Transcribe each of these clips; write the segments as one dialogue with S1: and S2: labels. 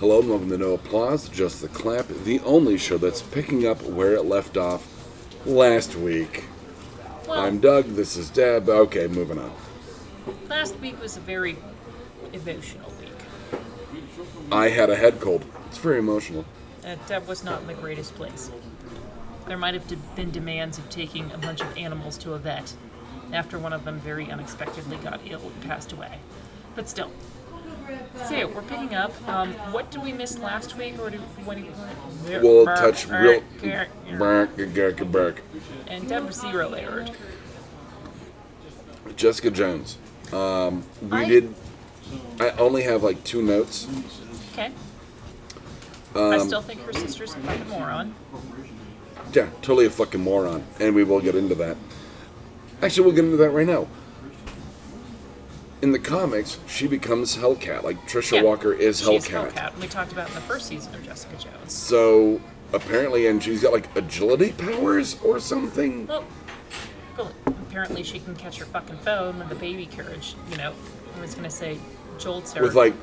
S1: Hello and welcome to No Applause, Just the Clap, the only show that's picking up where it left off last week.
S2: Well,
S1: I'm Doug, this is Deb. Okay, moving on.
S2: last week was a very emotional week.
S1: I had a head cold. It's very emotional.
S2: Uh, Deb was not in the greatest place. There might have de- been demands of taking a bunch of animals to a vet after one of them very unexpectedly got ill and passed away. But still. So we're picking up. Um, what did we miss last week, or did, what do you want?
S1: We'll touch real.
S2: And Deb zero errored.
S1: Jessica Jones. Um, we
S2: I-
S1: did. I only have like two notes.
S2: Okay. I
S1: Um,
S2: still think her sister's quite a moron.
S1: Yeah, totally a fucking moron. And we will get into that. Actually, we'll get into that right now. In the comics, she becomes Hellcat. Like, Trisha
S2: Yeah.
S1: Walker is
S2: She's
S1: Hellcat.
S2: Hellcat, and we talked about in the first season of Jessica Jones.
S1: So, apparently, and she's got like agility powers or something.
S2: Well, well, apparently she can catch her fucking phone when the baby carriage, you know, I was gonna say jolts her
S1: With like,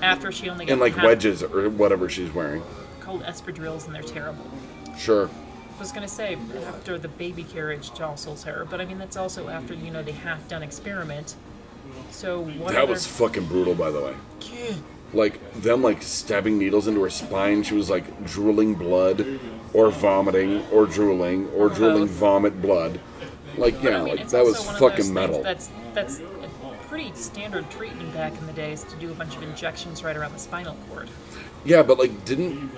S2: after she only got
S1: and like
S2: half-
S1: wedges or whatever she's wearing.
S2: called espadrilles and they're terrible.
S1: Sure.
S2: I was gonna say after the baby carriage jostles her, but I mean that's also after you know the half done experiment. So what?
S1: That
S2: other-
S1: was fucking brutal, by the way. Like, them like stabbing needles into her spine. She was like drooling blood or vomiting or drooling or drooling
S2: Both.
S1: vomit blood. Like,
S2: But,
S1: yeah,
S2: I mean,
S1: like
S2: it's
S1: that
S2: also
S1: was
S2: one of those
S1: fucking
S2: things
S1: metal.
S2: That's that's a pretty standard treatment back in the days to do a bunch of injections right around the spinal cord.
S1: Yeah, but like, didn't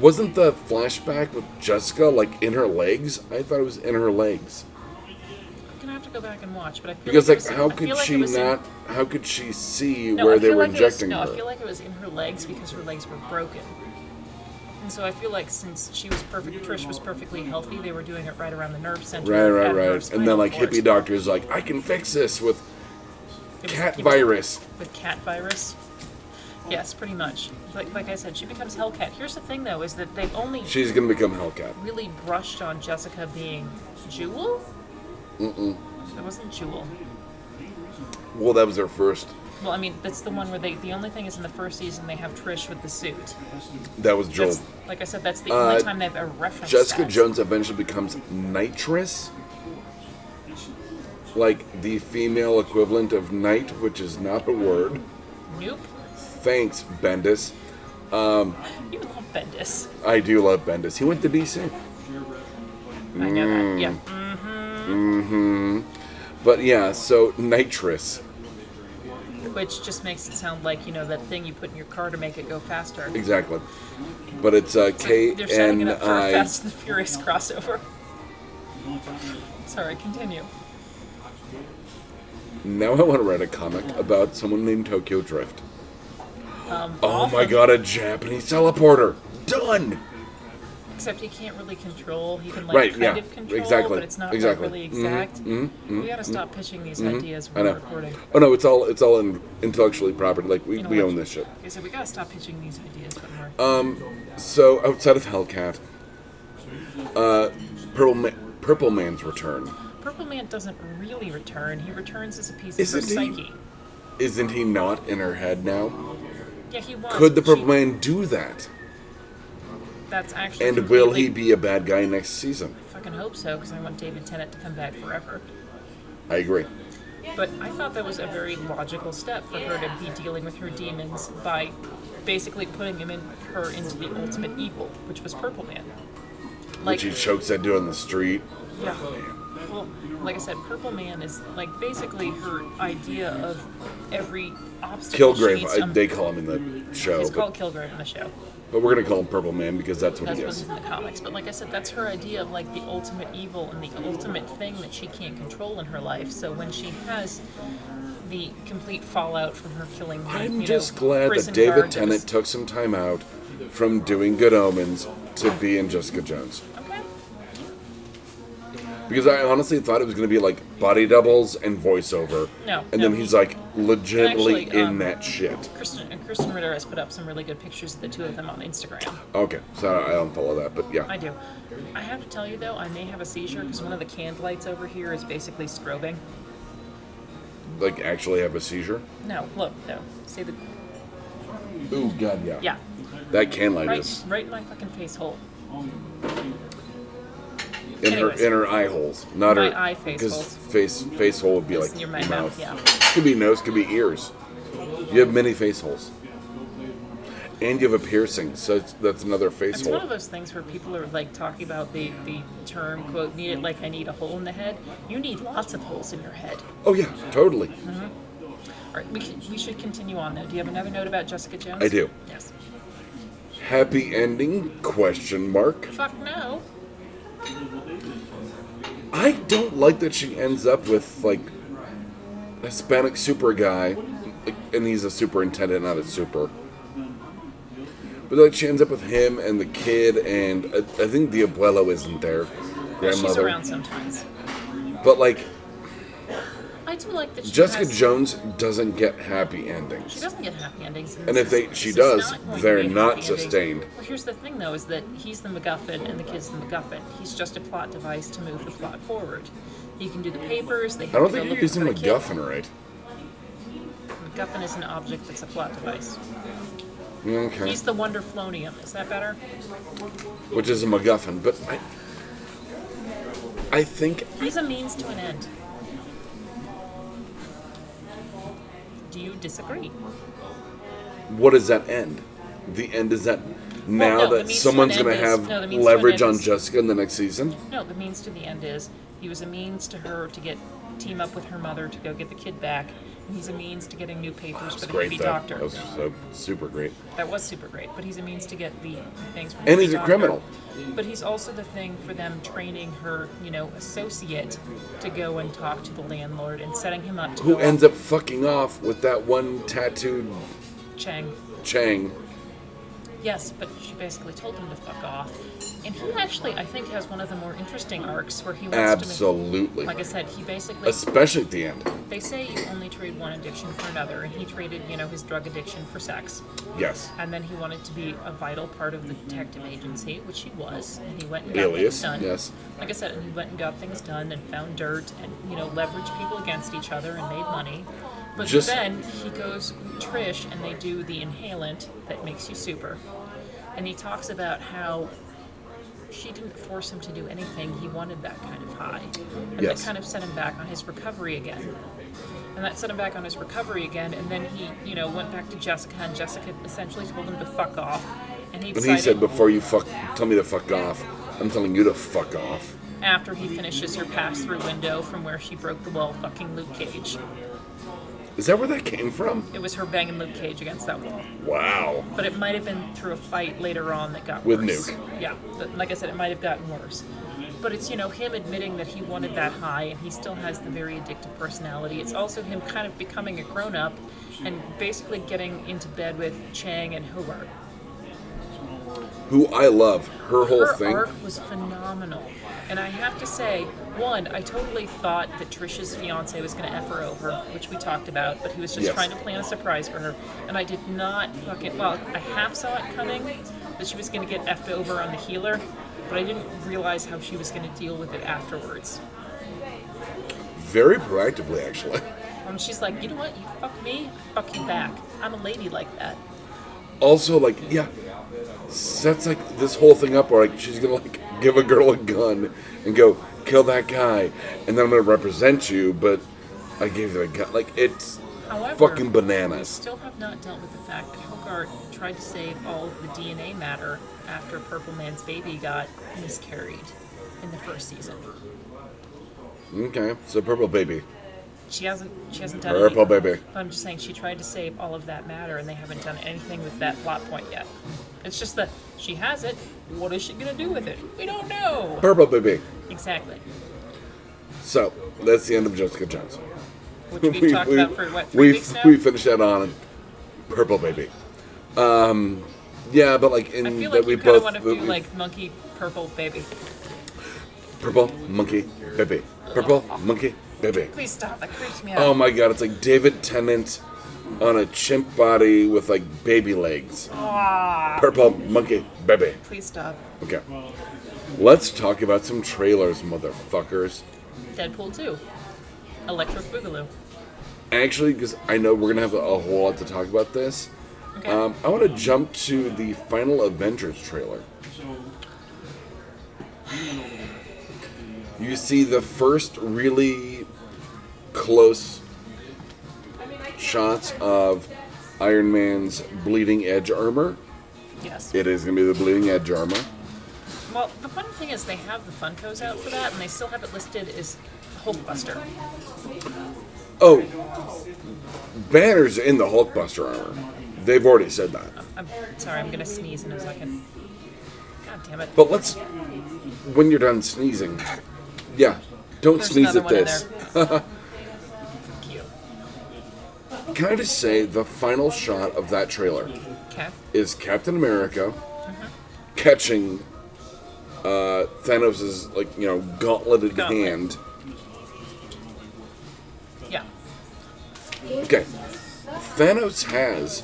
S1: wasn't the flashback with Jessica like in her legs? I thought it was in her legs
S2: I'm gonna have to go back and watch, but I feel
S1: because
S2: like,
S1: like,
S2: it was-
S1: how
S2: I feel
S1: could
S2: like
S1: she
S2: it was in-
S1: not? How could she see
S2: No,
S1: where
S2: I
S1: they
S2: feel
S1: were
S2: like
S1: injecting
S2: it was, No, I
S1: her?
S2: feel like it was in her legs because her legs were broken. And so I feel like since she was perfect, Trish was perfectly healthy, they were doing it right around the nerve center.
S1: right,
S2: of
S1: right,
S2: that nerve
S1: right. And
S2: spinal
S1: then like
S2: cord.
S1: hippie doctors like, I can fix this with
S2: It was-
S1: cat
S2: it was-
S1: virus.
S2: With cat virus. Yes, pretty much. Like, like I said, she becomes Hellcat. Here's the thing though, is that they only
S1: She's gonna become Hellcat.
S2: really brushed on Jessica being Jewel. Mm-mm. It wasn't Jewel.
S1: Well, that was her first.
S2: Well, I mean, that's the one where they. The only thing is in the first season they have Trish with the suit.
S1: That was Joel.
S2: That's, like I said, that's the
S1: Uh,
S2: only time they've ever referenced
S1: Jessica
S2: that.
S1: Jones eventually becomes Nitrous, like the female equivalent of night, which is not the word.
S2: Nope.
S1: Thanks, Bendis.
S2: You love Bendis.
S1: I do love Bendis. He went to DC.
S2: I know that. Yeah. Mm.
S1: But yeah, so nitrous.
S2: Which just makes it sound like, you know, that thing you put in your car to make it go faster.
S1: Exactly. But it's uh, K
S2: They're setting
S1: N
S2: it up for a
S1: I.
S2: Fast and the Furious crossover. Sorry, continue.
S1: Now I want to write a comic about someone named Tokyo Drift. oh my
S2: Um, awesome.
S1: god, a Japanese teleporter! Done!
S2: Except he can't really control. He can, like,
S1: Right,
S2: kind
S1: yeah.
S2: of control,
S1: Exactly.
S2: but it's not like,
S1: Exactly. Mm-hmm,
S2: really exact. we gotta stop pitching these ideas
S1: I
S2: when we're
S1: know.
S2: recording.
S1: Oh no, it's all it's all in intellectually property. Like we,
S2: You know
S1: we
S2: what?
S1: own this Uh, shit.
S2: Like I said, we gotta stop pitching these ideas when we're.
S1: So outside of Hellcat, uh, Purple Ma- Purple Man's return.
S2: Purple Man doesn't really return. He returns as a piece of her
S1: Isn't he?
S2: psyche.
S1: Isn't he not in her head now?
S2: Yeah, he was.
S1: Could the
S2: but
S1: Purple
S2: she-
S1: Man do that?
S2: That's actually.
S1: And will he
S2: completely-
S1: be a bad guy next season?
S2: Fucking hope so, because I want David Tennant to come back forever.
S1: I agree.
S2: But I thought that was a very logical step for her to be dealing with her demons by basically putting him in her into the ultimate evil, which was Purple Man. Like,
S1: Which he chokes that dude on the street.
S2: yeah. Well, like I said, Purple Man is like basically her idea of every obstacle. she
S1: Kilgrave,
S2: needs
S1: I,
S2: to-
S1: they call him in the show,
S2: He's
S1: but,
S2: called Kilgrave in the show.
S1: but we're gonna call him Purple Man because that's what
S2: That's
S1: he
S2: what's
S1: is.
S2: in the comics. But like I said, that's her idea of like the ultimate evil and the ultimate thing that she can't control in her life. So when she has the complete fallout from her killing, the,
S1: I'm
S2: you
S1: just
S2: know,
S1: glad
S2: prison
S1: that David
S2: guard that
S1: Tennant
S2: was-
S1: took some time out from doing Good Omens to be in Jessica Jones
S2: Okay.
S1: because I honestly thought it was gonna be like body doubles and voiceover.
S2: No,
S1: And
S2: no,
S1: then he's
S2: he-
S1: like legitimately
S2: Actually,
S1: in
S2: um,
S1: that shit.
S2: Kristen and Kristen Ritter has put up some really good pictures of the two of them on Instagram.
S1: Okay, so I don't follow that, but
S2: I
S1: yeah,
S2: do. I have to tell you though, I may have a seizure because one of the cand lights over here is basically strobing.
S1: like actually have a seizure.
S2: No, look though. See the
S1: Ooh, god, yeah.
S2: yeah.
S1: That can light
S2: Right,
S1: is
S2: right in my fucking face hole.
S1: in
S2: Anyways.
S1: her in her eye holes, not
S2: My
S1: her
S2: eye face holes.
S1: face face hole would be
S2: Just
S1: like
S2: near
S1: your
S2: my
S1: mouth.
S2: mouth, yeah.
S1: Could be nose, could be ears. You have many face holes, and you have a piercing, so it's- that's another face
S2: It's
S1: hole.
S2: one of those things where people are like talking about the, the term quote need it like I need a hole in the head. You need lots of holes in your head.
S1: oh yeah, totally.
S2: All right, we, can, we should continue on though. Do you have another note about Jessica Jones?
S1: I do.
S2: Yes.
S1: Happy ending? Question mark.
S2: Fuck no.
S1: I don't like that she ends up with like a Hispanic super guy, like, and he's a superintendent, not a super. But like she ends up with him and the kid, and I, I think the abuelo isn't there,
S2: She's
S1: grandmother.
S2: around sometimes.
S1: But like
S2: I do like that. She
S1: Jessica
S2: has-
S1: Jones doesn't get happy
S2: She
S1: endings.
S2: doesn't get happy endings.
S1: And
S2: this
S1: if they-
S2: is-
S1: she
S2: this is
S1: does,
S2: not going to
S1: they're
S2: be a
S1: not
S2: happy ending.
S1: sustained.
S2: Well, here's the thing though: is that he's the MacGuffin and the kid's the MacGuffin. He's just a plot device to move the plot forward. He can do the papers. They have
S1: I don't
S2: to go
S1: think you're
S2: looking
S1: using
S2: for the kid.
S1: MacGuffin right.
S2: MacGuffin is an object that's a plot device.
S1: Okay,
S2: He's the Wonderflonium. Is that better?
S1: which is a MacGuffin, but I, I think
S2: He's a means to an end. Do you disagree?
S1: what does that end? The end is that now
S2: no, the
S1: that
S2: means to
S1: someone's
S2: an
S1: going to
S2: end is-
S1: have
S2: no, the means to an
S1: leverage
S2: end
S1: on
S2: is-
S1: Jessica in the next season.
S2: No, the means to the end is he was a means to her to get team up with her mother to go get the kid back. And he's a means to getting new papers
S1: It's
S2: for the
S1: great
S2: baby
S1: though.
S2: doctor.
S1: That was so super great.
S2: That was super great, but he's a means to get the things from
S1: And
S2: the
S1: he's a
S2: doctor.
S1: criminal.
S2: But he's also the thing for them training her, you know, associate to go and talk to the landlord and setting him up to
S1: Who
S2: go
S1: ends up fucking off with that one tattooed
S2: Chang.
S1: Chang?
S2: Yes, but she basically told him to fuck off. And he actually, I think, has one of the more interesting arcs where he wants to.
S1: Absolutely,
S2: Like I said, he basically.
S1: especially at the end.
S2: They say you only trade one addiction for another, and he traded, you know, his drug addiction for sex.
S1: Yes,
S2: And then he wanted to be a vital part of the detective agency, which he was. And he went and got
S1: Alias.
S2: things done.
S1: Yes,
S2: Like I said, and he went and got things done and found dirt and, you know, leveraged people against each other and made money. But
S1: Just-
S2: then he goes with Trish and they do the inhalant that makes you super. And he talks about how she didn't force him to do anything. He wanted that kind of high. And
S1: Yes.
S2: that kind of set him back on his recovery again. And that set him back on his recovery again. And then he, you know, went back to Jessica, and Jessica essentially told him to fuck off. And he
S1: and
S2: decided
S1: he said before you fuck, tell me to fuck off. I'm telling you to fuck off.
S2: after he finishes her pass through window from where she broke the wall, fucking Luke Cage.
S1: Is that where that came from?
S2: It was her banging Luke Cage against that wall.
S1: Wow.
S2: But it might have been through a fight later on that got
S1: With
S2: worse.
S1: Nuke.
S2: Yeah, but like I said, it might have gotten worse. But it's you know him admitting that he wanted that high, and he still has the very addictive personality. It's also him kind of becoming a grown up, and basically getting into bed with Chang and Hoover.
S1: Who I love. Her whole
S2: her
S1: thing.
S2: arc was phenomenal. And I have to say, one, I totally thought that Trisha's fiance was going to F her over, which we talked about, but he was just
S1: Yes.
S2: trying to plan a surprise for her. And I did not fucking, well, I half saw it coming that she was going to get effed over on the healer, but I didn't realize how she was going to deal with it afterwards.
S1: Very proactively, actually.
S2: Um, she's like, you know what? You fuck me, fuck you back. I'm a lady like that.
S1: also like yeah sets like this whole thing up where like she's gonna like give a girl a gun and go kill that guy and then i'm gonna represent you but i gave you a gun like it's
S2: However,
S1: fucking bananas
S2: Still have not dealt with the fact that Hogart tried to save all of the DNA matter after Purple Man's baby got miscarried in the first season.
S1: okay so purple baby
S2: She hasn't. She hasn't done.
S1: purple
S2: anything.
S1: baby
S2: But I'm just saying she tried to save all of that matter, and they haven't done anything with that plot point yet. It's just that she has it. What is she gonna do with it? We don't know.
S1: purple baby
S2: Exactly.
S1: so that's the end of jessica jones
S2: Which we've talked about for what three
S1: we-
S2: weeks now.
S1: we finished that on purple baby um yeah but like in
S2: I feel
S1: that
S2: like
S1: we
S2: you kind of
S1: both
S2: want to
S1: that
S2: do
S1: we-
S2: like monkey purple baby.
S1: purple monkey baby purple monkey baby
S2: Please stop. That creeps me out.
S1: Oh my god, it's like David Tennant on a chimp body with like baby legs. Purple monkey baby.
S2: Please stop.
S1: Okay. Let's talk about some trailers, motherfuckers.
S2: Deadpool 2. Electric Boogaloo.
S1: Actually, because I know we're gonna have a whole lot to talk about this.
S2: Okay.
S1: Um, I want to jump to the final Avengers trailer. You see the first really close shots of Iron Man's bleeding edge armor.
S2: yes.
S1: It is going to be the bleeding edge armor.
S2: Well, the funny thing is they have the Funkos out for that, and they still have it listed as Hulkbuster.
S1: Oh, Banner's in the Hulkbuster armor. They've already said that.
S2: I'm sorry, I'm gonna sneeze in a second. God damn it.
S1: But let's, when you're done sneezing, yeah, don't
S2: There's
S1: sneeze
S2: another
S1: at
S2: one in
S1: this.
S2: there. Fuck you.
S1: Can I just say the final shot of that trailer
S2: Okay.
S1: is Captain America
S2: Uh-huh.
S1: catching uh, Thanos' like you know gauntleted
S2: Gauntlet.
S1: hand.
S2: Yeah.
S1: Okay, Thanos has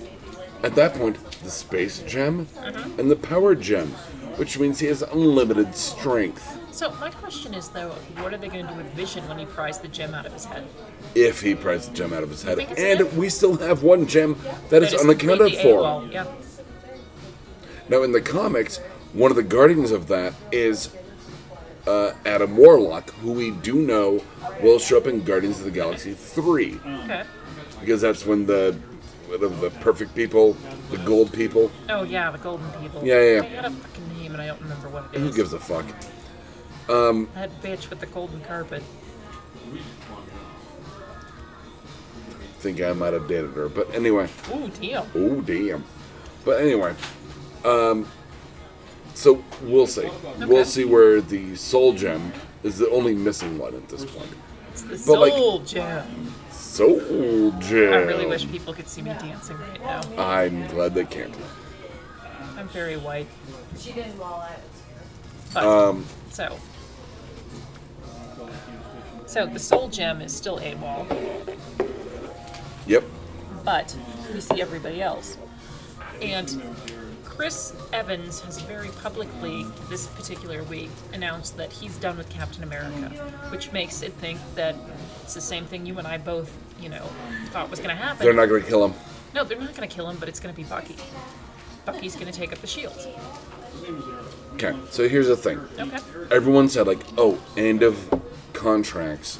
S1: at that point the space gem
S2: Uh-huh.
S1: and the power gem, which means he has unlimited strength
S2: So my question is though, what are they gonna do with Vision when he pries the gem out of his head?
S1: if he pries the gem out of his head.
S2: think it's
S1: And
S2: if?
S1: we still have one gem that is
S2: That is
S1: unaccounted
S2: completely
S1: for.
S2: AWOL. Yeah.
S1: Now, in the comics, one of the guardians of that is uh, Adam Warlock, who we do know will show up in Guardians of the Galaxy 3,
S2: Okay.
S1: because that's when the one of the perfect people, the gold people,
S2: Oh yeah, the golden people.
S1: Yeah, yeah, yeah.
S2: They had a fucking name and I don't remember what it
S1: who
S2: is.
S1: gives a fuck?
S2: That bitch with the golden carpet.
S1: Think I might have dated her, but anyway.
S2: Ooh, deal.
S1: Oh damn! But anyway, um, so we'll see. We'll see where the soul gem is the only missing one at this point.
S2: It's the
S1: But, like-
S2: soul gem.
S1: Soul gem.
S2: I really wish people could see me dancing right now.
S1: I'm glad they can't.
S2: I'm very white.
S3: She didn't while I was
S2: But, so. So the soul gem is still AWOL,
S1: Yep.
S2: but we see everybody else. And Chris Evans has very publicly this particular week announced that he's done with Captain America, which makes it think that it's the same thing you and I both, you know, thought was going to happen.
S1: They're not going to kill him.
S2: No, they're not going to kill him, but it's going to be Bucky. Bucky's going to take up the shield.
S1: Okay. So here's the thing.
S2: Okay.
S1: Everyone said like, "Oh, end of contracts.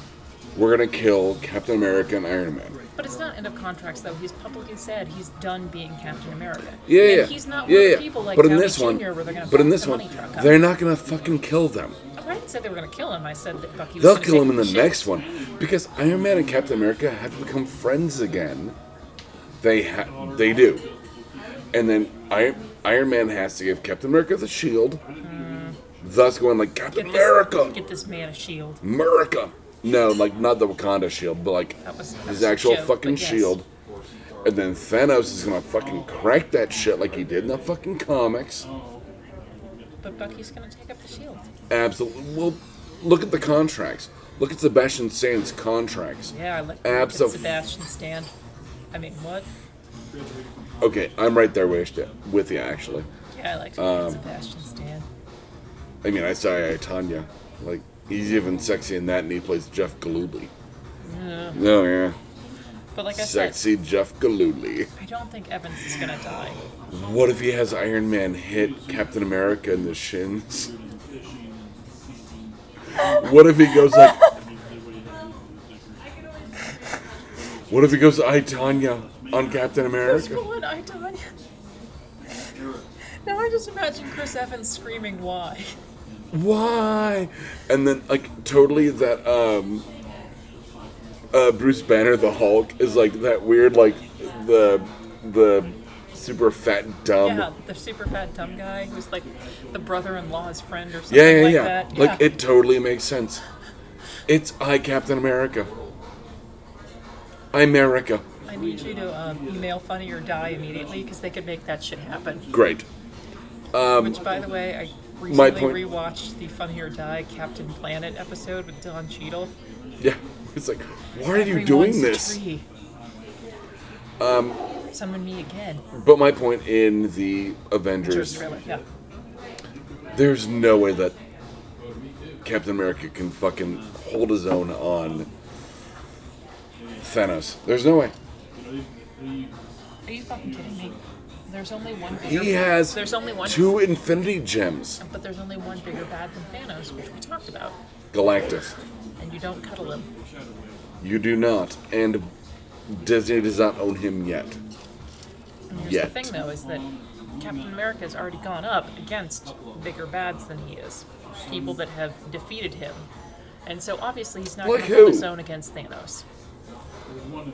S1: We're going to kill Captain America and Iron Man."
S2: But it's not end of contracts, though. He's publicly said he's done being Captain America.
S1: Yeah,
S2: and
S1: yeah.
S2: He's not
S1: yeah,
S2: one of the
S1: yeah.
S2: people like
S1: but in
S2: Downey
S1: this one,
S2: Jr. where they're gonna
S1: but in
S2: block
S1: this
S2: the
S1: one,
S2: money truck up.
S1: they're not going to fucking kill them.
S2: I didn't say they were going to kill him. I said that Bucky. Was
S1: They'll
S2: gonna
S1: kill
S2: take
S1: him in the
S2: shit.
S1: next one because Iron Man and Captain America have to become friends again. They ha- they do, and then Iron Iron Man has to give Captain America the shield, thus going like Captain
S2: Mm-hmm. Get this-
S1: America,
S2: Get this man a shield.
S1: America. No, like not the Wakanda shield, but like
S2: That was- that
S1: his
S2: was a
S1: actual
S2: joke, but
S1: fucking
S2: yes.
S1: shield. And then Thanos is gonna fucking crack that shit like he did in the fucking comics.
S2: But Bucky's going to take up the shield.
S1: Absolutely. Well, look at the contracts. Look at Sebastian Stan's contracts.
S2: Yeah, I like
S1: Abso-
S2: Sebastian Stan. I mean, what?
S1: Okay, I'm right there with you, with you actually.
S2: Yeah, I like
S1: Um,
S2: Sebastian Stan.
S1: I mean, I saw I, Tanya. Like, he's even sexy in that, and he plays Jeff Galooly. No, yeah.
S2: But like I
S1: Sexy Jeff Galooly.
S2: said, I don't think Evans is going to die.
S1: What if he has Iron Man hit Captain America in the shins? What if he goes like. What if he goes I, Tanya on Captain
S2: There's
S1: America?
S2: one I died. Now I just imagine Chris Evans screaming, "Why?"
S1: why? And then like totally that um uh Bruce Banner the Hulk is like that weird like the the super fat dumb
S2: Yeah, the super fat dumb guy who's like the brother-in-law's friend or something
S1: Yeah, yeah,
S2: like
S1: yeah.
S2: that.
S1: Like
S2: yeah.
S1: it totally makes sense. It's I Captain America. America.
S2: I need you to um, email Funny or Die immediately because they could make that shit happen.
S1: Great.
S2: Which, by the way, I recently
S1: Um, my point-
S2: rewatched the Funny or Die Captain Planet episode with Don Cheadle.
S1: Yeah. It's like, why are you doing
S2: Everyone's
S1: this?
S2: Tree. Um, Summon me again.
S1: But my point in the
S2: Just
S1: Avengers,
S2: thriller. Yeah.
S1: there's no way that Captain America can fucking hold his own on Thanos. There's no way.
S2: Are you fucking kidding me? There's only one bigger.
S1: He has
S2: There's only one.
S1: two Infinity Gems.
S2: But there's only one bigger bad than Thanos, which we talked about.
S1: Galactus.
S2: And you don't cuddle him.
S1: You do not, and Disney does not own him yet.
S2: And here's
S1: Yet.
S2: the thing, though, is that Captain America has already gone up against bigger bads than he is, people that have defeated him. And so obviously he's not
S1: Like
S2: going to hold
S1: who?
S2: his own against Thanos.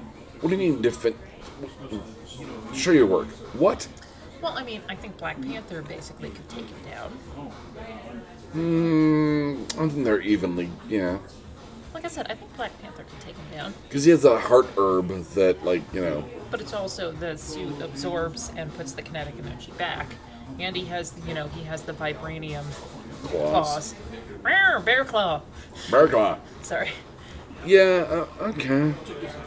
S1: What do you mean different? Show your work. What?
S2: Well, I mean, I think Black Panther basically could take him down.
S1: Mm, I think they're evenly, yeah.
S2: Like I said, I think Black Panther could take him down,
S1: Because he has a heart herb that, like, you know,
S2: but it's also the suit absorbs and puts the kinetic energy back. And he has, you know, he has the vibranium
S1: claws.
S2: claws. Rawr, bear claw.
S1: America.
S2: Sorry.
S1: Yeah. Uh, okay.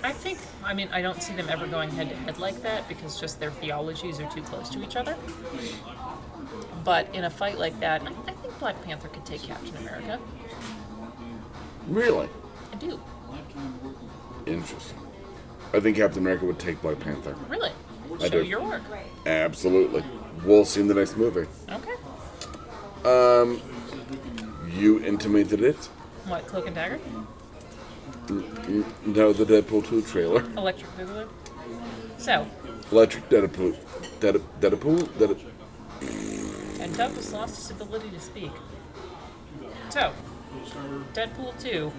S2: I think, I mean, I don't see them ever going head to head like that because just their theologies are too close to each other. But in a fight like that, I, I think Black Panther could take Captain America.
S1: Really
S2: I do.
S1: interesting. I think Captain America would take Black Panther.
S2: Really.
S1: I
S2: Show
S1: do.
S2: your work.
S3: Right.
S1: Absolutely. We'll see in the next movie.
S2: Okay.
S1: You intimated it.
S2: What, Cloak and Dagger?
S1: N- No, the Deadpool 2 trailer.
S2: Electric Boogaloo? So,
S1: Electric Deadpool. Dead, Deadpool? Dead,
S2: and Douglas lost his ability to speak. So, Deadpool 2.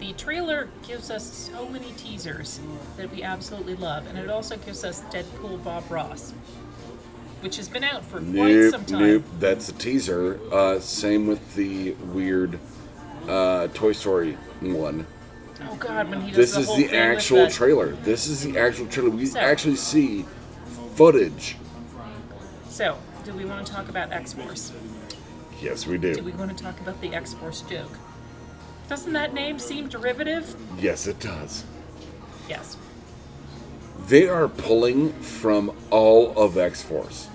S2: The trailer gives us so many teasers that we absolutely love, and it also gives us Deadpool Bob Ross, which has been out for quite some
S1: nope,
S2: time.
S1: nope. That's a teaser. Uh, same with the weird uh, Toy Story one.
S2: Oh god, when he does
S1: This
S2: the
S1: is
S2: whole
S1: the
S2: thing with
S1: actual
S2: the-
S1: trailer. This is the actual trailer. We
S2: So-
S1: actually see footage.
S2: So, do we want to talk about X Force?
S1: Yes, we do.
S2: Do we want to talk about the X Force joke? Doesn't that name seem derivative?
S1: yes, it does.
S2: Yes.
S1: They are pulling from all of X Force.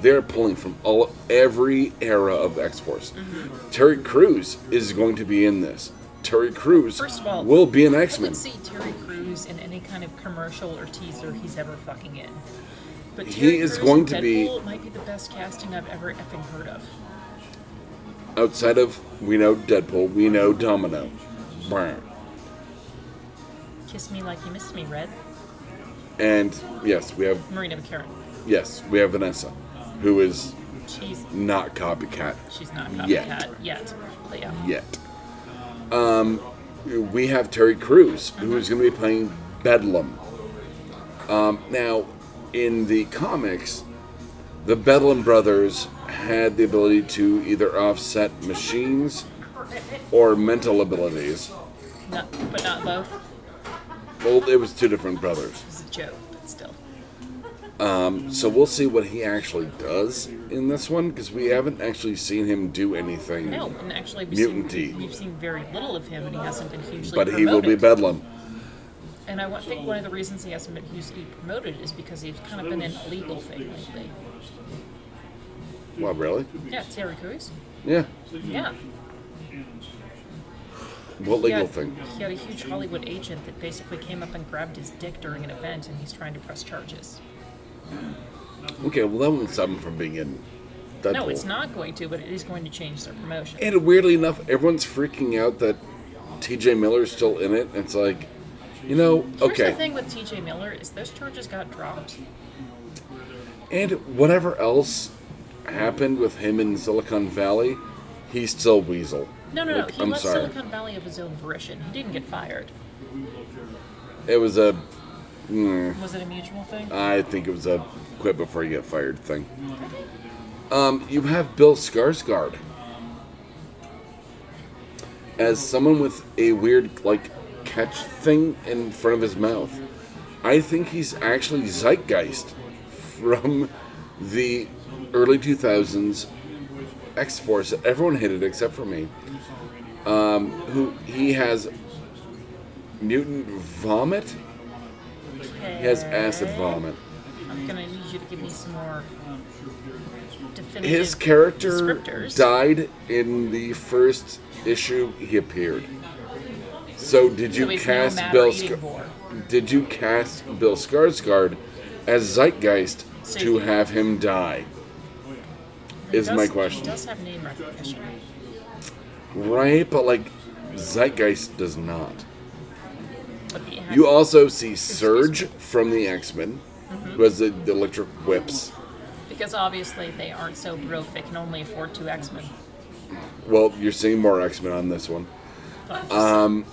S1: They're pulling from all every era of X Force.
S2: Mm-hmm.
S1: Terry Crews is going to be in this. Terry Crews
S2: First of all,
S1: will be an
S2: I
S1: X Men.
S2: would see Terry Crews in any kind of commercial or teaser he's ever fucking in. But
S1: He
S2: Terry
S1: is
S2: Crews
S1: going
S2: in
S1: to be-
S2: Deadpool might be the best casting I've ever effing heard of.
S1: Outside of we know Deadpool, we know Domino. Brr.
S2: Kiss me like you missed me, Red.
S1: And yes, we have
S2: Marina McCarran.
S1: yes, we have Vanessa, who is
S2: She's
S1: not copycat
S2: she's not copycat
S1: Yet.
S2: yet. But yeah.
S1: yet. Um, we have Terry Crews, who is going to be playing Bedlam. Um, now, in the comics, the Bedlam brothers had the ability to either offset machines or mental abilities.
S2: Not, but not both.
S1: Well, it was two different brothers.
S2: It was a joke, but still.
S1: So we'll see what he actually does in this one because we haven't actually seen him do anything.
S2: No, and actually we've
S1: Mutantee.
S2: seen we've seen very little of him and he hasn't been hugely
S1: But he
S2: promoted.
S1: will be Bedlam.
S2: And I wa- think one of the reasons he hasn't been hugely promoted is because he's kind of been in a legal thing lately.
S1: Well, really?
S2: Yeah, Terry Crews.
S1: Yeah.
S2: Yeah.
S1: What
S2: He
S1: legal
S2: had-
S1: thing?
S2: He had a huge Hollywood agent that basically came up and grabbed his dick during an event, and he's trying to press charges.
S1: Okay, well, that won't stop him from being in Deadpool.
S2: No, it's not going to, but it is going to change their promotion.
S1: And weirdly enough, everyone's freaking out that TJ Miller's still in it. It's like, you know,
S2: Here's
S1: okay.
S2: the thing with T.J. Miller is those charges got dropped.
S1: And whatever else happened with him in Silicon Valley, he's still Weasel.
S2: No, no, no.
S1: Like,
S2: He
S1: I'm
S2: left
S1: sorry.
S2: Silicon Valley of his own volition. He didn't get fired.
S1: It was a,
S2: Was it a mutual thing?
S1: I think it was a quit before you get fired thing. Um, you have Bill Skarsgård as someone with a weird like catch thing in front of his mouth. I think he's actually Zeitgeist from the early 2000s X Force. Everyone hated except for me. Um, who he has mutant vomit? He has acid vomit.
S2: I'm gonna need you to give me some more definitive
S1: His character
S2: descriptors.
S1: died in the first issue he appeared. So did
S2: So
S1: you
S2: he's now
S1: cast
S2: Matt
S1: Bill?
S2: Eating
S1: Scar-
S2: Boar.
S1: did you cast Bill Skarsgård as zeitgeist to
S2: Safety.
S1: have him die.
S2: He
S1: Is my
S2: does-
S1: question.
S2: He does have name recognition.
S1: Right, but like zeitgeist does not.
S2: But he has-
S1: You also see Surge from the X Men,
S2: Mm-hmm.
S1: who has the, the electric whips.
S2: because obviously they aren't so broke they can only afford two X Men.
S1: Well, you're seeing more X Men on this one. Um,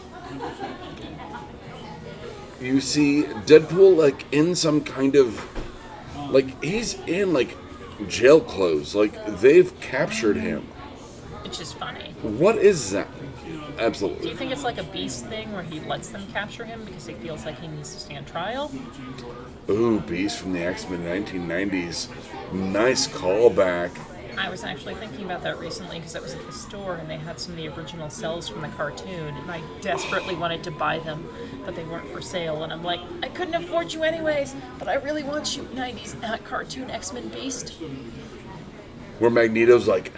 S1: You see Deadpool like in some kind of like he's in like jail clothes. Like they've captured him.
S2: Which is funny.
S1: What is that?
S2: Do you
S1: Absolutely.
S2: think it's like a beast thing where he lets them capture him because he feels like he needs to stand trial?
S1: Ooh, Beast from the X Men 1990s. Nice callback.
S2: I was actually thinking about that recently because I was at the store and they had some of the original cells from the cartoon, and I desperately wanted to buy them, but they weren't for sale. And I'm like, I couldn't afford you anyways, but I really want you 90s uh, cartoon X Men Beast.
S1: Where Magneto's like,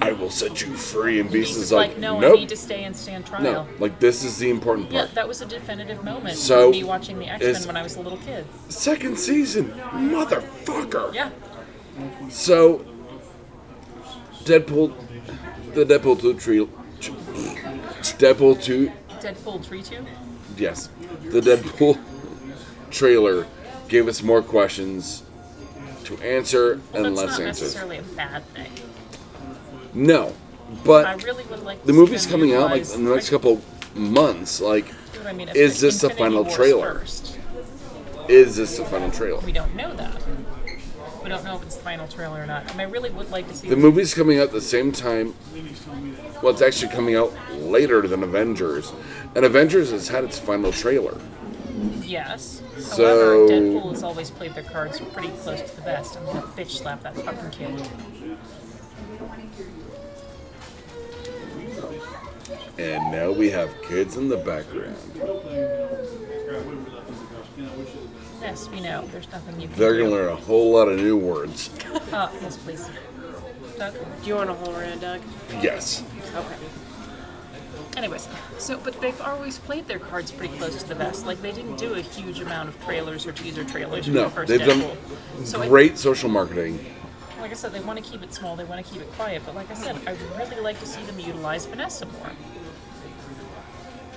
S1: I will set you free, and Beast,
S2: Beast
S1: is,
S2: is like, no,
S1: nope,
S2: I need to stay and stand trial.
S1: no. Like this is the important
S2: Yeah,
S1: part.
S2: that was a definitive moment
S1: So,
S2: for me watching the X
S1: is-
S2: Men when I was a little kid.
S1: Second season, motherfucker.
S2: Yeah,
S1: So, Deadpool, the Deadpool two tree, Deadpool two,
S2: Deadpool 3 2.
S1: yes, the Deadpool trailer gave us more questions to answer
S2: Well,
S1: and
S2: that's
S1: less
S2: not
S1: answers.
S2: necessarily a bad thing.
S1: No,
S2: I
S1: but
S2: really would like to
S1: the
S2: see
S1: movie's
S2: them
S1: coming out like
S2: utilize-
S1: in the next couple months. Like,
S2: See what I mean? If
S1: is
S2: the
S1: this the
S2: Infinity
S1: final
S2: War's
S1: trailer?
S2: First,
S1: is this the final trailer?
S2: we don't know that. We don't know if it's the final trailer or not. And I really would like to see
S1: The
S2: them-
S1: movie's coming out at the same time. Well, it's actually coming out later than Avengers, and Avengers has had its final trailer.
S2: Yes.
S1: So-
S2: However, Deadpool has always played their cards pretty close to the vest. I'm gonna bitch slap that fucking kid.
S1: And now we have kids in the background.
S2: Yes, we know. There's nothing you can
S1: They're
S2: do.
S1: gonna learn a whole lot of new words.
S2: Uh, yes, please. Doug?
S4: Do you want a whole round, Doug?
S1: Yes.
S4: Okay.
S2: Anyways, so but they've always played their cards pretty close to the vest. Like they didn't do a huge amount of trailers or teaser trailers for
S1: No,
S2: the first
S1: they've done
S2: Deadpool. so I-
S1: Great social marketing.
S2: like I said, they want to keep it small. They want to keep it quiet. But like I said, I'd really like to see them utilize Vanessa more.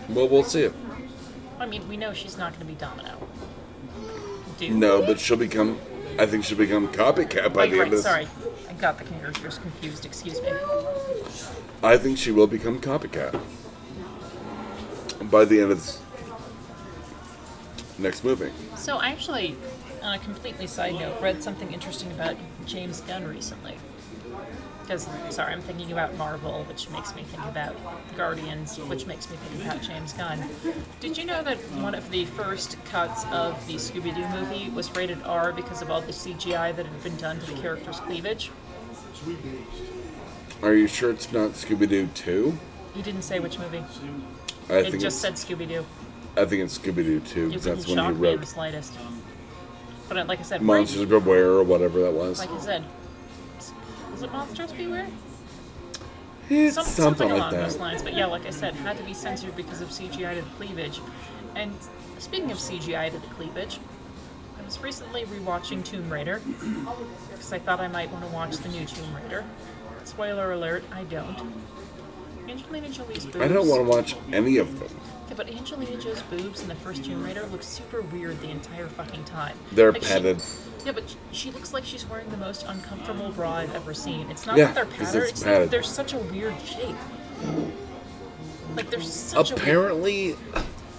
S1: Well, we'll see it.
S2: I mean, we know she's not going to be Domino. Dude.
S1: No, but she'll become. I think she'll become copycat
S2: Oh,
S1: by the
S2: you're
S1: end of
S2: right.
S1: this.
S2: Sorry, I got the characters confused. Excuse me.
S1: I think she will become copycat by the end of this next movie.
S2: So I actually, on a completely side note, read something interesting about James Gunn recently. Because, sorry, I'm thinking about Marvel, which makes me think about Guardians, which makes me think about James Gunn. Did you know that one of the first cuts of the Scooby Doo movie was rated R because of all the CGI that had been done to the character's cleavage?
S1: Are you sure it's not Scooby Doo Two?
S2: He didn't say which movie.
S1: I
S2: It
S1: think
S2: just
S1: it's,
S2: said Scooby Doo.
S1: I think it's Scooby Doo Two
S2: It
S1: because
S2: wouldn't
S1: that's when he
S2: shock me in the
S1: wrote
S2: slightest. But uh, like I said, Marvel-
S1: Monsters Beware or whatever that was.
S2: like I said, s- was it Monsters Beware?
S1: It's
S2: Some,
S1: something,
S2: something
S1: like
S2: along those
S1: that.
S2: lines. But yeah, like I said, had to be censored because of CGI to the cleavage. And speaking of CGI to the cleavage, I was recently rewatching Tomb Raider because I thought I might want to watch the new Tomb Raider. Spoiler alert, I don't. Angelina Jolie's boobs.
S1: I don't want to watch any of them.
S2: Yeah, but Angelina Joe's boobs in the first Tomb Raider look super weird the entire fucking time.
S1: They're
S2: Like, she-
S1: padded.
S2: yeah, but sh- she looks like she's wearing the most uncomfortable bra I've ever seen. It's not
S1: Yeah,
S2: that they're
S1: 'cause
S2: padded,
S1: it's
S2: it's
S1: padded.
S2: that they're such a weird shape. Like they're such a weird,
S1: Apparently,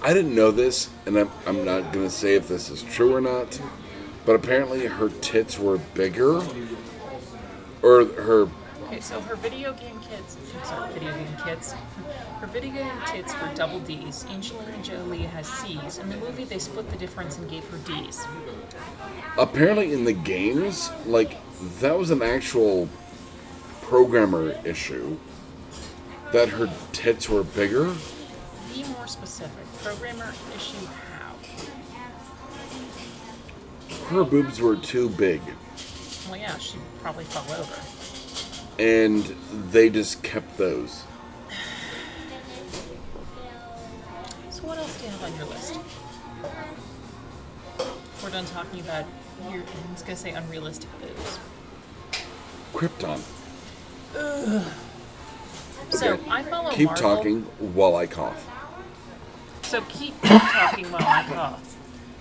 S1: I didn't know this, and I'm, I'm not going to say if this is true or not, but apparently her tits were bigger. Or her.
S2: Okay, so her video game kids, I'm sorry, video game kids. Her video game tits were double D's. Angelina Jolie has C's. In the movie, they split the difference and gave her D's.
S1: Apparently, in the games, like, that was an actual programmer issue that her tits were bigger.
S2: Be more specific. Programmer issue how?
S1: Her boobs were too big,
S2: Well, yeah, she probably fell over.
S1: and they just kept those.
S2: So what else do you have on your list? We're done talking about. Your, I was gonna say unrealistic boobs.
S1: Krypton.
S2: So I follow.
S1: Keep
S2: Oh, Marvel.
S1: talking while I cough.
S2: So keep talking while I cough.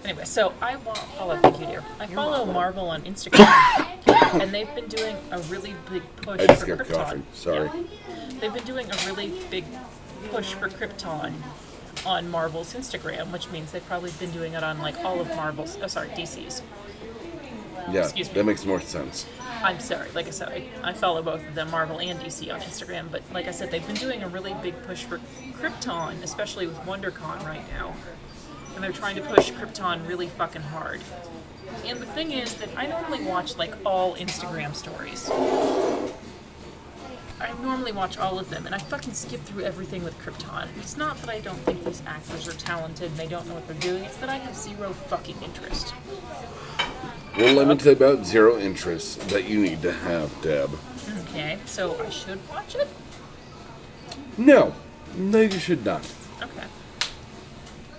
S2: Anyway, so I wa- follow. Thank you, dear. I follow Marvel on Instagram, and they've been doing a really big push
S1: I just
S2: for
S1: kept
S2: Krypton.
S1: coughing. Sorry.
S2: They've been doing a really big push for Krypton on Marvel's Instagram, which means they've probably been doing it on like all of Marvel's. Oh, sorry, DC's.
S1: Yeah,
S2: Excuse me.
S1: that makes more sense.
S2: I'm sorry. Like I said, I, I follow both of them, Marvel and DC, on Instagram. But like I said, they've been doing a really big push for Krypton, especially with WonderCon right now. And they're trying to push Krypton really fucking hard. And the thing is that I normally watch like all Instagram stories. I normally watch all of them, and I fucking skip through everything with Krypton. It's not that I don't think these actors are talented and they don't know what they're doing, it's that I have zero fucking interest.
S1: Well, let me tell you about zero interests that you need to have, Deb.
S2: Okay, so I should watch it?
S1: No, no, you should not.
S2: Okay.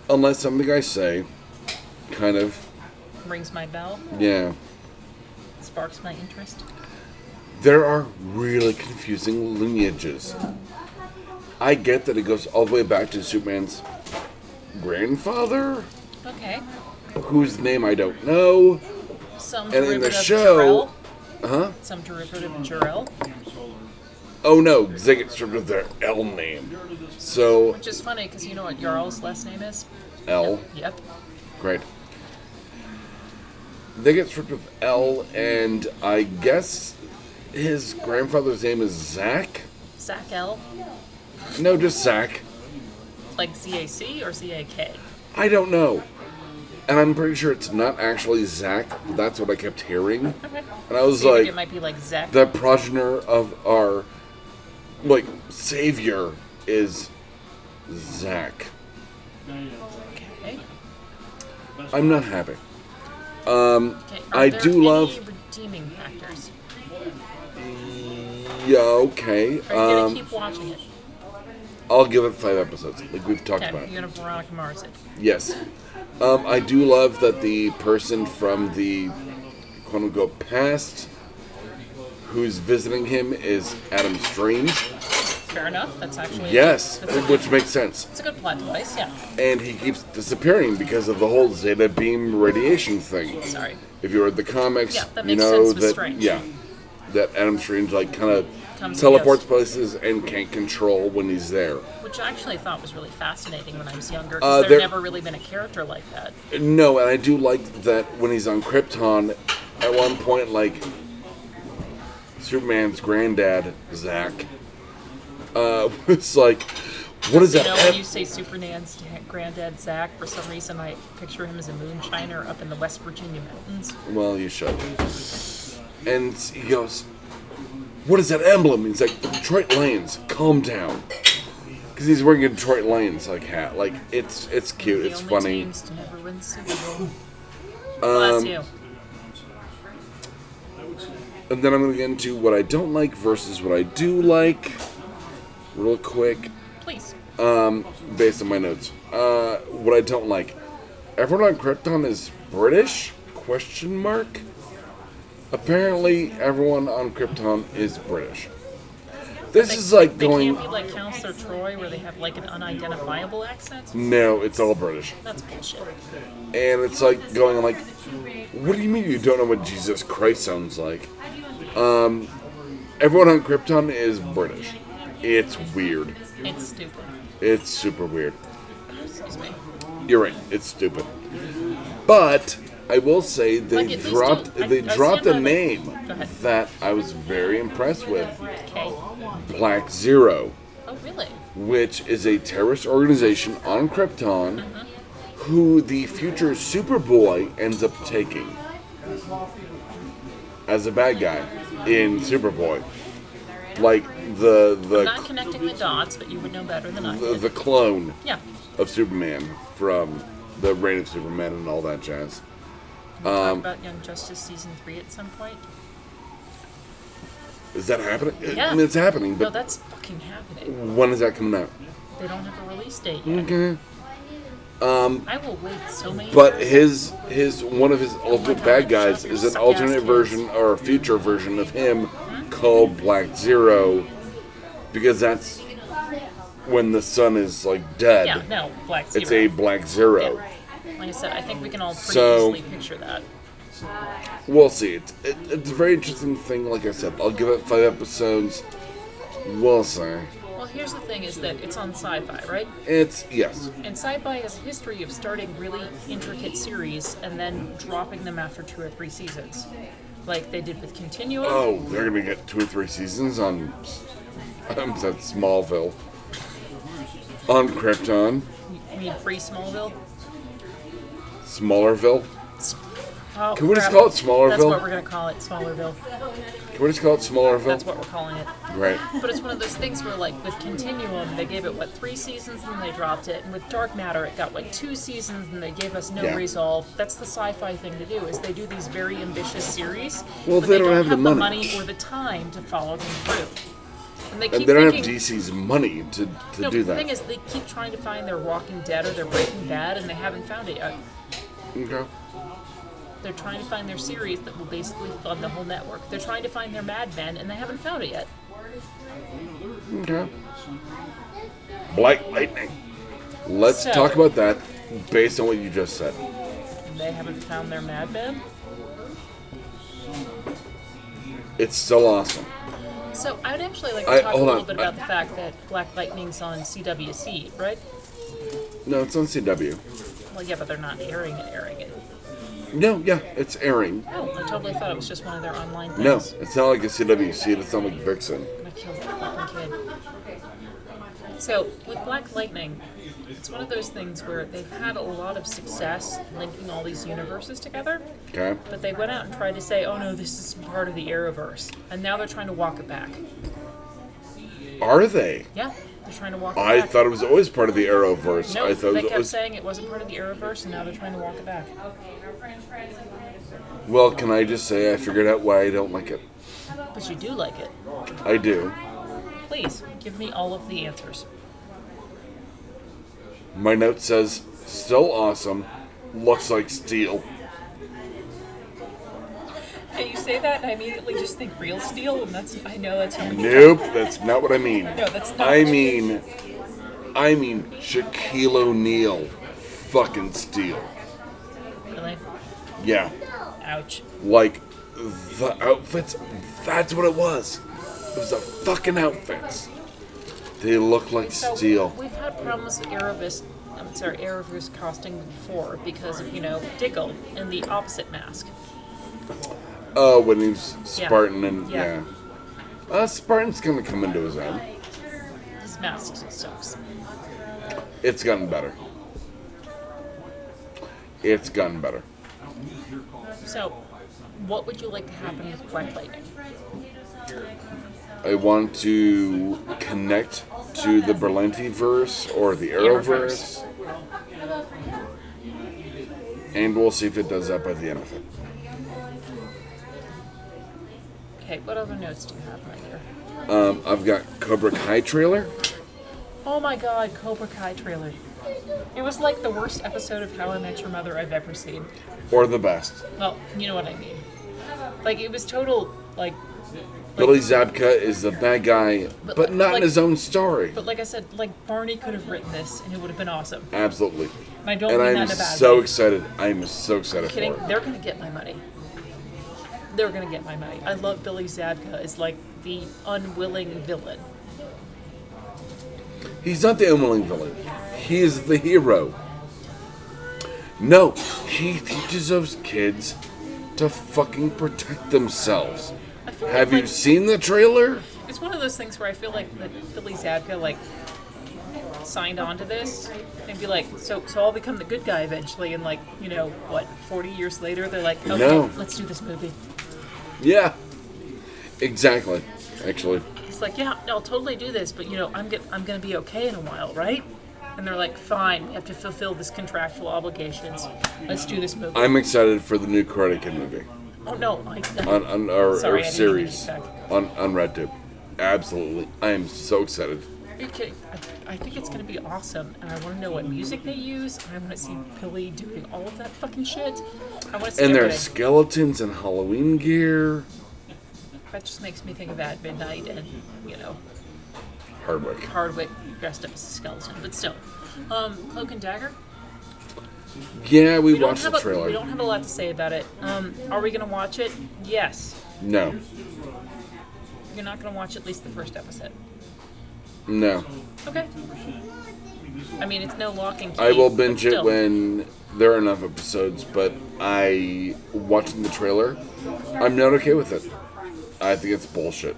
S1: Unless something I say kind of,
S2: rings my bell,
S1: yeah.
S2: sparks my interest.
S1: There are really confusing lineages. I get that it goes all the way back to Superman's grandfather,
S2: Okay.
S1: whose name I don't know.
S2: Some
S1: in the
S2: derivative
S1: show- uh-huh.
S2: of Jor-El. Some derivative of Jor-El,
S1: Oh no, because they get stripped of their L name. So,
S2: which is funny because you know what Jarl's last name is.
S1: L.
S2: Yep.
S1: Great. They get stripped of L, and I guess his grandfather's name is Zach.
S2: Zach L,
S1: No, just Zach.
S2: like Z A C or Z A K.
S1: I don't know. And I'm pretty sure it's not actually Zach. but That's what I kept hearing.
S2: Okay.
S1: And I was
S2: So you think
S1: like,
S2: it might be like Zach.
S1: the progenitor of our, like, savior is Zach.
S2: okay.
S1: I'm not happy.
S2: okay.
S1: I
S2: there
S1: do
S2: any
S1: love-
S2: redeeming factors.
S1: Yeah, okay.
S2: Are you gonna
S1: Um,
S2: keep watching it?
S1: I'll give it five episodes, like we've talked
S2: Okay.
S1: about.
S2: You're gonna Veronica Mars it.
S1: Yes. Um, I do love that the person from the quote unquote past who's visiting him is Adam Strange.
S2: Fair enough. That's actually
S1: Yes,
S2: That's a good,
S1: which makes sense.
S2: that's a good plot device. Yeah.
S1: And he keeps disappearing because of the whole Zeta beam radiation thing.
S2: Sorry.
S1: If you read the comics,
S2: Yeah, that
S1: you
S2: makes
S1: know
S2: sense with
S1: that
S2: Strange.
S1: yeah, that Adam Strange like kind of
S2: Comes-
S1: teleports
S2: yes.
S1: places and can't control when he's there.
S2: Which I actually thought was really fascinating when I was younger
S1: Uh,
S2: because
S1: there-
S2: there's never really been a character like that.
S1: No, and I do like that when he's on Krypton, at one point, like, Superman's granddad, Zach, uh, was like, what is
S2: You
S1: that?
S2: know, when
S1: ep-
S2: you say Supernan's da- granddad Zach, for some reason I picture him as a moonshiner up in the West Virginia mountains.
S1: well, you should. And he goes, what is that emblem? He's like, Detroit Lions, calm down. Because he's wearing a Detroit Lions, like, hat. Like, it's it's cute,
S2: the
S1: it's
S2: only
S1: funny. Um,
S2: teams to never win the Super Bowl. Bless you.
S1: And then I'm going to get into what I don't like versus what I do like, real quick.
S2: Please.
S1: based on my notes. Uh, what I don't like, everyone on Krypton is British? Question mark. Apparently, everyone on Krypton is British. This is like
S2: They
S1: going.
S2: can't be like Counselor Troy where they have like an unidentifiable accent.
S1: No, it's all British,
S2: That's bullshit.
S1: and it's like going like, what do you mean you don't know what Jesus Christ sounds like? Um, everyone on Krypton is British. It's weird.
S2: It's stupid.
S1: It's super weird.
S2: Excuse me.
S1: You're right. It's stupid. But I will say they
S2: Like, at least
S1: dropped
S2: don't- I-
S1: they
S2: I
S1: dropped a
S2: stand by that.
S1: name
S2: Go ahead.
S1: that I was very impressed with,
S2: Okay.
S1: Black Zero,
S2: Oh, really?
S1: which is a terrorist organization on Krypton
S2: Mm-hmm.
S1: who the future Superboy ends up taking as a bad guy in Superboy. Like the
S2: Not
S1: the
S2: connecting the dots, but you would know better than I
S1: the,
S2: did.
S1: the clone
S2: Yeah.
S1: of Superman from the Reign of Superman and all that jazz.
S2: We'll
S1: um,
S2: talk about Young Justice season three at some point.
S1: Is that happening? I
S2: Yeah.
S1: mean, it's happening,
S2: No,
S1: but
S2: that's fucking happening.
S1: when is that coming out?
S2: They don't have a release date yet.
S1: Okay.
S2: I will wait so many.
S1: But
S2: years.
S1: his his one of his ultimate bad guys is an alternate version or a future version of him
S2: Mm-hmm.
S1: called Black Zero, because that's when the sun is like dead.
S2: yeah, no, black zero.
S1: It's a black zero.
S2: Yeah. Like I said, I think we can all pretty
S1: So-
S2: easily picture that.
S1: We'll see. It's, it, it's a very interesting thing. Like I said, I'll give it five episodes. We'll see.
S2: Well, here's the thing: is that it's on sci-fi, right?
S1: It's yes,
S2: And sci-fi has a history of starting really intricate series and then dropping them after two or three seasons, like they did with Continuum.
S1: Oh, they're gonna get two or three seasons on. I'm at Smallville. On Krypton,
S2: I mean, free Smallville.
S1: Smallerville.
S2: Oh,
S1: Can we just
S2: crap.
S1: call it Smallerville?
S2: That's what we're gonna call it, Smallerville.
S1: Can we just call it
S2: That's
S1: Smallerville?
S2: what we're calling it.
S1: Right.
S2: But it's one of those things where, like, with Continuum, they gave it what three seasons, and then they dropped it. And with Dark Matter, it got like two seasons, and they gave us no
S1: Yeah.
S2: resolve. That's the sci-fi thing to do: is they do these very ambitious series,
S1: Well,
S2: but
S1: they don't have the money.
S2: or the time to follow them through. And they keep
S1: And they don't have
S2: thinking,
S1: DC's money to, to
S2: no,
S1: do
S2: the thing
S1: that.
S2: is, they keep trying to find their Walking Dead or their Breaking Bad, and they haven't found it yet.
S1: Okay.
S2: They're trying to find their series that will basically fund the whole network. They're trying to find their Mad Men, and they haven't found it yet.
S1: Okay. Black Lightning. Let's
S2: So-
S1: talk about that based on what you just said.
S2: They haven't found their Mad Men.
S1: It's still awesome.
S2: So I would actually like to
S1: I-
S2: talk a
S1: hold
S2: little
S1: on,
S2: bit
S1: I-
S2: about the fact that Black Lightning's on CWC, right?
S1: No, it's on CW.
S2: Well, yeah, but they're not airing it, airing it.
S1: No, yeah, it's airing.
S2: Oh, I totally thought it was just one of their online things.
S1: No, it's not like a CW. See, it's not like Vixen.
S2: I'm gonna kill that fucking kid. So with Black Lightning, it's one of those things where they've had a lot of success linking all these universes together,
S1: Okay.
S2: but they went out and tried to say, "Oh no, this is part of the Arrowverse," and now they're trying to walk it back.
S1: Are they?
S2: Yeah, they're trying to walk it
S1: I
S2: back.
S1: thought it was always part of the Arrowverse.
S2: No,
S1: I thought
S2: they
S1: it was
S2: kept
S1: always,
S2: saying it wasn't part of the Arrowverse, and now they're trying to walk it back.
S1: well, can I just say I figured out why I don't like it?
S2: But you do like it.
S1: I do.
S2: Please give me all of the answers.
S1: My note says still awesome, looks like steel.
S2: And you say that, and I immediately just think real steel, and that's I know that's
S1: Nope, that's not what I mean.
S2: No, that's not
S1: I
S2: what you-
S1: mean, I mean Shaquille O'Neal, fucking steel.
S2: really.
S1: Yeah,
S2: Ouch.
S1: like the outfits. That's what it was. It was the fucking outfits. They look like steel.
S2: We've had problems with Erebus. I'm sorry, Erebus costing before because of you know Diggle and the opposite mask.
S1: Oh, when he was
S2: Yeah.
S1: Spartan and yeah.
S2: Yeah.
S1: Uh, Spartan's gonna come into his own.
S2: His mask sucks.
S1: It's gotten better. It's gotten better.
S2: So, what would you like to happen with Black Lightning?
S1: I want to connect to the Berlanti verse or the Arrowverse. And we'll see if it does that by the end of it.
S2: Okay, what other notes do you have right here?
S1: Um, I've got Cobra Kai trailer.
S2: Oh my god, Cobra Kai trailer. It was like the worst episode of How I Met Your Mother I've ever seen.
S1: Or the best.
S2: Well, you know what I mean. Like it was total like
S1: Billy Zabka is the bad guy,
S2: But
S1: but not in
S2: like-
S1: his own story.
S2: but like I said, like Barney could have written this and it would have been awesome.
S1: Absolutely.
S2: And I don't
S1: And
S2: mean
S1: I'm
S2: that in a bad
S1: so
S2: way.
S1: excited. I'm so excited for
S2: kidding.
S1: it.
S2: They're gonna get my money. They're gonna get my money. I love Billy Zabka is like the unwilling villain.
S1: He's not the unwilling villain. He is the hero. No, he teaches those kids to fucking protect themselves.
S2: I feel
S1: Have
S2: like
S1: you seen the trailer?
S2: it's one of those things where I feel like that Billy Zabka like signed on to this and be like, so so I'll become the good guy eventually and like, you know, what, forty years later they're like, Okay,
S1: No.
S2: let's do this movie.
S1: Yeah. Exactly. Actually.
S2: He's like, yeah, no, I'll totally do this, but you know, I'm get, I'm gonna be okay in a while, right? And they're like, fine, we have to fulfill this contractual obligations. Let's do this movie.
S1: I'm excited for the new Karate Kid movie
S2: oh no, I,
S1: on, on our,
S2: Sorry, I didn't mean to
S1: series
S2: get back.
S1: on, on RedTube. Absolutely. I am so excited.
S2: Are you kidding? I, I think it's gonna be awesome, and I want to know what music they use. and I want to see Billy doing all of that fucking shit. I want to see
S1: And there's
S2: everything.
S1: skeletons and Halloween gear.
S2: That just makes me think of that midnight and you know
S1: Hardwick.
S2: Hardwick dressed up as a skeleton, but still. Um, Cloak and Dagger.
S1: Yeah, we,
S2: We don't
S1: watched
S2: have
S1: the
S2: a,
S1: trailer.
S2: we don't have a lot to say about it. Um, are we gonna watch it? Yes.
S1: no,
S2: You're not gonna watch at least the first episode.
S1: no.
S2: Okay. I mean, it's no lock and key.
S1: I will
S2: but
S1: binge it
S2: still.
S1: when there are enough episodes, but I, watching the trailer, I'm not okay with it. I think it's bullshit.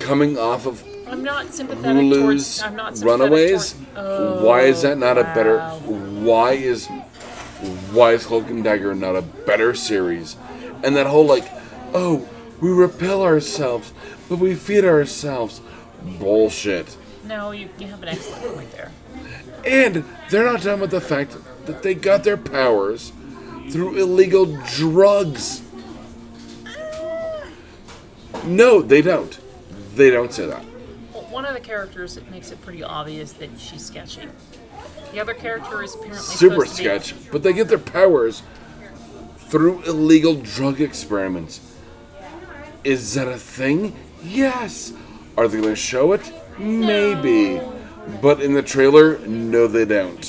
S1: Coming off of
S2: I'm not sympathetic
S1: Hulu's
S2: towards. I'm not sympathetic
S1: Runaways,
S2: toward- Oh,
S1: why is that not a better,
S2: wow.
S1: why is, why is Cloak and Dagger not a better series? And that whole like, oh, we repel ourselves, but we feed ourselves. Bullshit.
S2: No, you, you have an excellent point there.
S1: And they're not done with the fact that they got their powers through illegal drugs. No, they don't. They don't say that.
S2: Well, one of the characters it makes it pretty obvious that she's sketchy. The other character is apparently
S1: Super
S2: supposed to be-
S1: sketch, but they get their powers through illegal drug experiments. Is that a thing? Yes. Are they going to show it? Maybe. But in the trailer, no, they don't.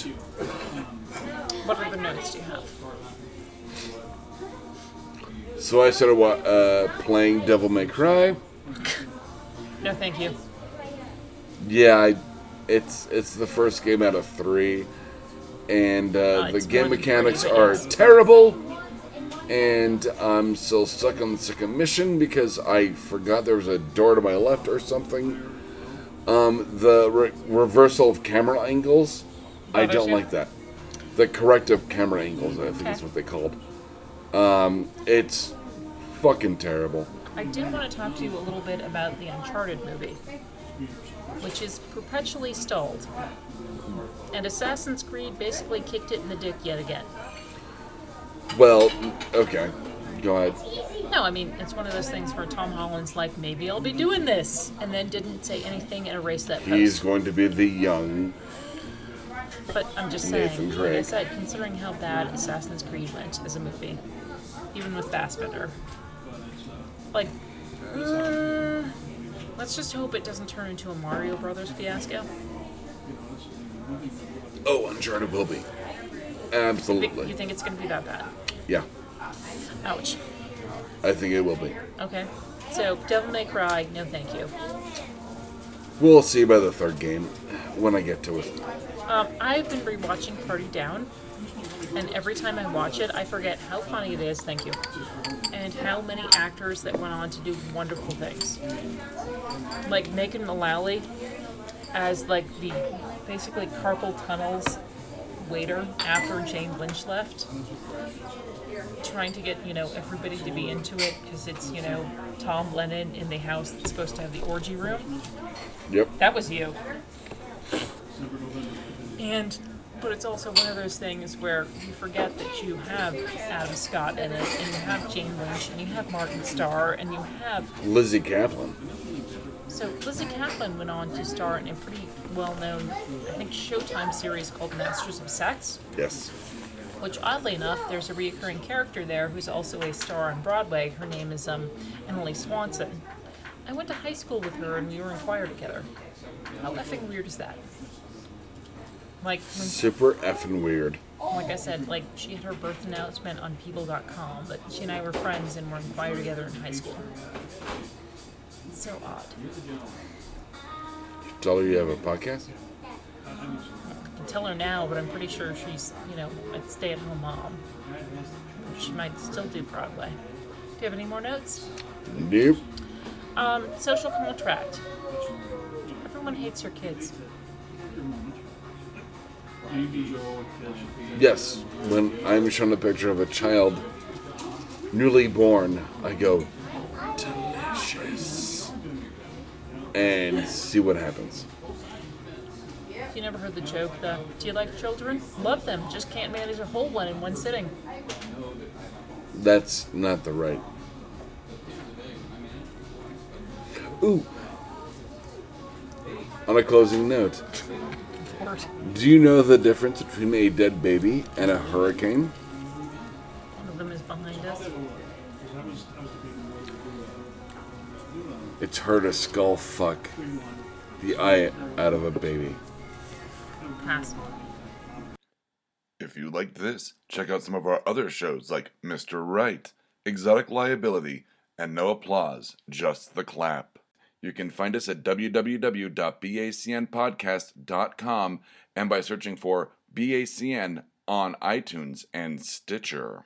S2: What other notes do you have?
S1: So I started wa- uh, playing Devil May Cry.
S2: No, thank you.
S1: Yeah, I, it's it's the first game out of three, and uh, the
S2: Ah, it's
S1: game
S2: one for
S1: mechanics
S2: you,
S1: are
S2: yes.
S1: terrible. And I'm still stuck on the second mission because I forgot there was a door to my left or something. Um, the re- reversal of camera angles, I
S2: Bothers
S1: don't
S2: you?
S1: like that. The corrective camera angles, I think is
S2: Okay.
S1: what they called. Um, it's fucking terrible.
S2: I did want to talk to you a little bit about the Uncharted movie, which is perpetually stalled. And Assassin's Creed basically kicked it in the dick yet again.
S1: Well, okay, go ahead.
S2: No, I mean, it's one of those things where Tom Holland's like, maybe I'll be doing this, and then didn't say anything and erased that post.
S1: He's going to be the young
S2: But I'm just
S1: Nathan
S2: saying, like I
S1: Drake.
S2: said, considering how bad Assassin's Creed went as a movie, even with Fassbender, like, uh, let's just hope it doesn't turn into a Mario Brothers fiasco.
S1: Oh, Uncharted will be.
S2: Think- You
S1: Absolutely.
S2: think it's going to be that bad?
S1: Yeah,
S2: Ouch.
S1: I think it will be.
S2: Okay. So, Devil May Cry, no thank you.
S1: We'll see by the third game when I get to it.
S2: Um, I've been rewatching Party Down, and every time I watch it, I forget how funny it is, thank you, and how many actors that went on to do wonderful things. Like Megan Mullally as like the basically carpal tunnels waiter after Jane Lynch left, trying to get you know everybody to be into it because it's you know Tom Lennon in the house that's supposed to have the orgy room.
S1: Yep.
S2: That was you. And, but it's also one of those things where you forget that you have Adam Scott in it, and you have Jane Lynch, and you have Martin Starr, and you have.
S1: Lizzie Kaplan.
S2: So Lizzie Kaplan went on to star in a pretty well known, I think, Showtime series called Masters of Sex,
S1: Yes.
S2: which oddly enough, there's a recurring character there who's also a star on Broadway. Her name is um, Emily Swanson. I went to high school with her, and we were in choir together. How effing weird is that? Like, when
S1: Super effing weird.
S2: like I said, like she had her birth announcement on people.com, but she and I were friends and were in choir together in high school. So odd.
S1: Tell her you have a podcast.
S2: I can tell her now, but I'm pretty sure she's, you know, a stay at home mom. She might still do Broadway. Do you have any more notes?
S1: Nope.
S2: Um, social contract. Everyone hates your kids.
S1: Yes. When I'm shown a picture of a child newly born, I go, delicious. And see what happens.
S2: If you never heard the joke, the do you like children? Love them, just can't manage a whole one in one sitting.
S1: That's not the right. Ooh, On a closing note,
S2: Lord.
S1: do you know the difference between a dead baby and a hurricane?
S2: One of them is behind us.
S1: It's her to skull fuck the eye out of a baby.
S2: Pass.
S4: If you liked this, check out some of our other shows like Mr. Right, Exotic Liability, and No Applause, Just the Clap. You can find us at www.bacnpodcast.com and by searching for BACN on iTunes and Stitcher.